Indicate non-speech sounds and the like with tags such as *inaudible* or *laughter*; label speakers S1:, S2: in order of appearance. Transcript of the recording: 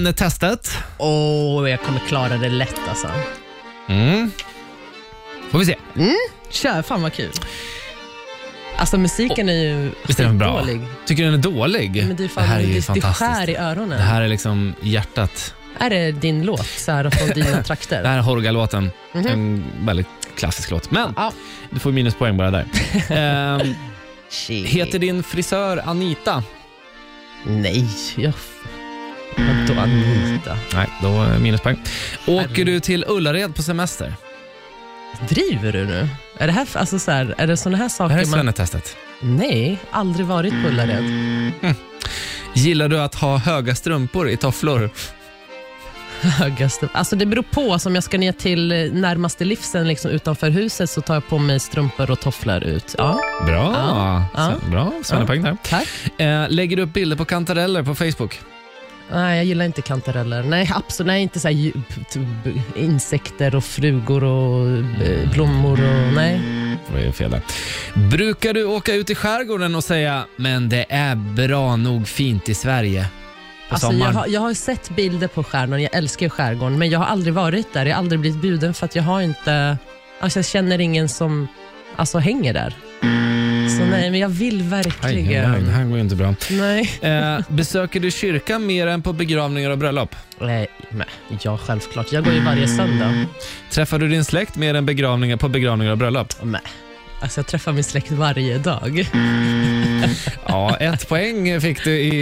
S1: Svenne-testet.
S2: Åh, jag kommer klara det lätt alltså.
S1: Mm. Får vi se.
S2: Kör, fan vad kul. Alltså musiken är ju
S1: Visst är den bra?
S2: dålig.
S1: Tycker du den är dålig?
S2: Men du, fan,
S1: det här är ju
S2: du, du
S1: fantastiskt.
S2: skär i öronen.
S1: Det här är liksom hjärtat.
S2: Är det din låt så här från
S1: *laughs*
S2: dina trakter?
S1: Det här Mm. är Horga-låten.
S2: Mhm.
S1: En väldigt klassisk låt. Men
S2: Ja.
S1: du får minuspoäng bara
S2: *laughs*
S1: där. Ehm,
S2: Shit.
S1: heter din frisör Anita?
S2: Nej, jag... Vadå Anita?
S1: Nej, då är det minuspoäng. Åker
S2: Herregud.
S1: du till Ullared på semester?
S2: Driver du nu? Är det här, för- alltså så här, är det såna här
S1: Det
S2: saker
S1: här är
S2: man...
S1: Svenne-testet.
S2: Nej, aldrig varit på Ullared.
S1: Gillar du att ha höga strumpor i tofflor?
S2: Högaste. Alltså det beror på, alltså, om jag ska ner till eh, närmaste livsen liksom, utanför huset så tar jag på mig strumpor och tofflor ut. Ja,
S1: Bra,
S2: Ja. Ja.
S1: Sven- bra. Svennepoäng där.
S2: tack.
S1: Eh, lägger du upp bilder på kantareller på Facebook?
S2: Nej, jag gillar inte kantareller. Nej, absolut. Nej, inte så här djup, typ, insekter och frugor och eh, blommor och nej.
S1: Det är fel där. Brukar du åka ut i skärgården och säga “men det är bra nog fint i Sverige” på
S2: Alltså, jag,
S1: sommaren?
S2: har, jag har sett bilder på skärgården, jag älskar ju skärgården, men jag har aldrig varit där. Jag har aldrig blivit bjuden för att jag har inte, alltså jag känner ingen som alltså, hänger där. Så nej, men jag vill
S1: Aj,
S2: verkligen.
S1: aj, aj, det här går ju inte bra.
S2: Nej.
S1: Eh, besöker du kyrkan mer än på begravningar och bröllop?
S2: nej, men ja självklart. Jag går ju varje söndag.
S1: Träffar du din släkt mer än begravningar på begravningar och bröllop?
S2: Men, alltså jag träffar min släkt varje dag.
S1: Ja, ett poäng fick du i